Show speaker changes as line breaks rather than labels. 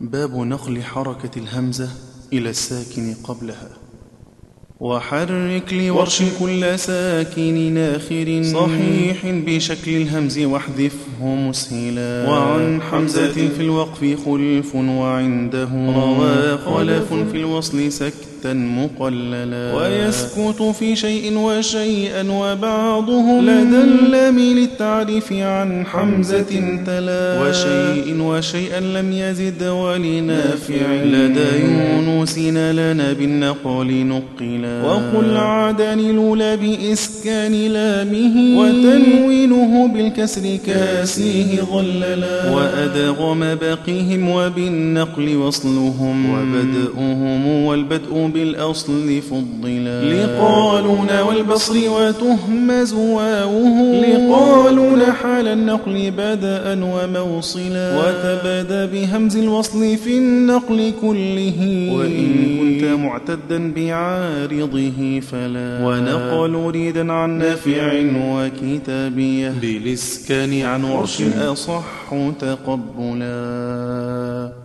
باب نقل حركة الهمزة إلى الساكن قبلها وحرك لورش كل ساكن آخر صحيح بشكل الهمز واحذفه مسهلا وعن حمزة في الوقف خلف وعنده روى خلف في الوصل سكتا مقللا ويسكت في شيء وشيئا وبعضهم لدى اللام للتعريف عن حمزة تلا وشيء وشيئا لم يزد ولنافع لدى يونس لنا بالنقل نقلا وقل عدن الأولى بإسكان لامه وتنوينه بالكسر كاسيه ظللا وأدغم باقيهم وبالنقل وصلهم وبدأهم والبدء بالأصل فضلا لقالون والبصر وتهمز واوه لقالون حال النقل بدءا وموصلا وتبادى بهمز الوصل في النقل كله وإن كنت معتدا بعارضه فلا ونقل ريدا عن نافع وكتابيه بالإسكان عن ورش أصح تقبلا